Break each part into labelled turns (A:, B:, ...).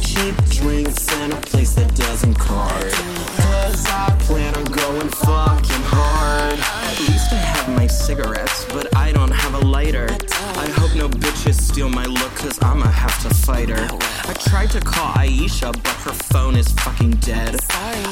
A: cheap drinks and a place that doesn't card. Cause I plan on going fucking hard. At least I have my cigarettes, but I don't have a lighter. I hope no bitches steal my look, cause I'ma have to fight her. I tried to call Aisha, but her phone is fucking dead.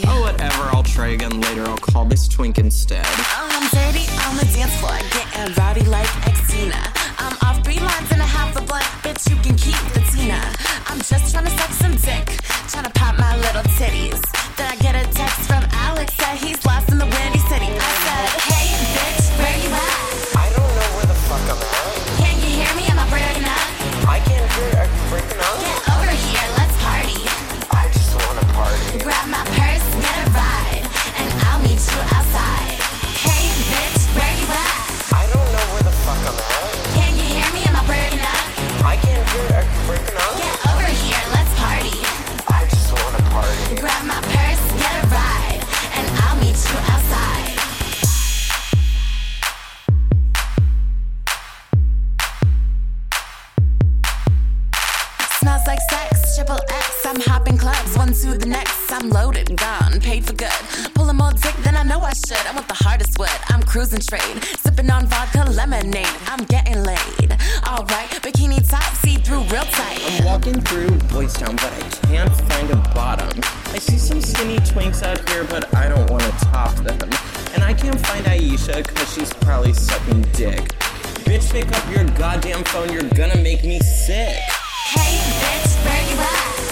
A: Oh, whatever, I'll try again later. I'll call this twink instead.
B: I'm dirty on the Um, dance floor, getting rowdy like Xena. I'm off three lines and a half a blunt, bitch. You can keep the Tina. I'm just tryna suck some dick, tryna pop my little titties. Then I get a text from Alex that he's lost in the windy city. I said, Hey, bitch, where you at?
C: I don't know where the fuck I'm at.
B: Can you hear me? Am I breaking up?
C: I can't hear. Are you breaking up?
B: Get over here, let's party.
C: I just want to party.
B: Grab my purse, get a ride, and I'll meet you outside. Hey, bitch, where you at?
C: I don't know where the fuck I'm at.
B: Can you hear me? Am I breaking up?
C: I can't hear. Are you breaking up?
B: Get over here, let's party.
C: I just want to party.
B: Grab my purse, get a ride, and I'll meet you outside. Smells like sex, triple X. I'm hopping clubs, one to the next. I'm loaded, gone, paid for good. Pulling more dick than I know I should. I want the hardest wood. I'm cruising trade, sipping on vodka lemonade. I'm getting laid. Alright, bikini top, see through real tight.
A: I'm walking through Boys Town, but I can't find a bottom. I see some skinny twinks out here, but I don't want to top them. And I can't find Aisha, cause she's probably sucking dick. Bitch, pick up your goddamn phone, you're gonna make me sick.
B: Hey, bitch, where you at? uh-huh, uh,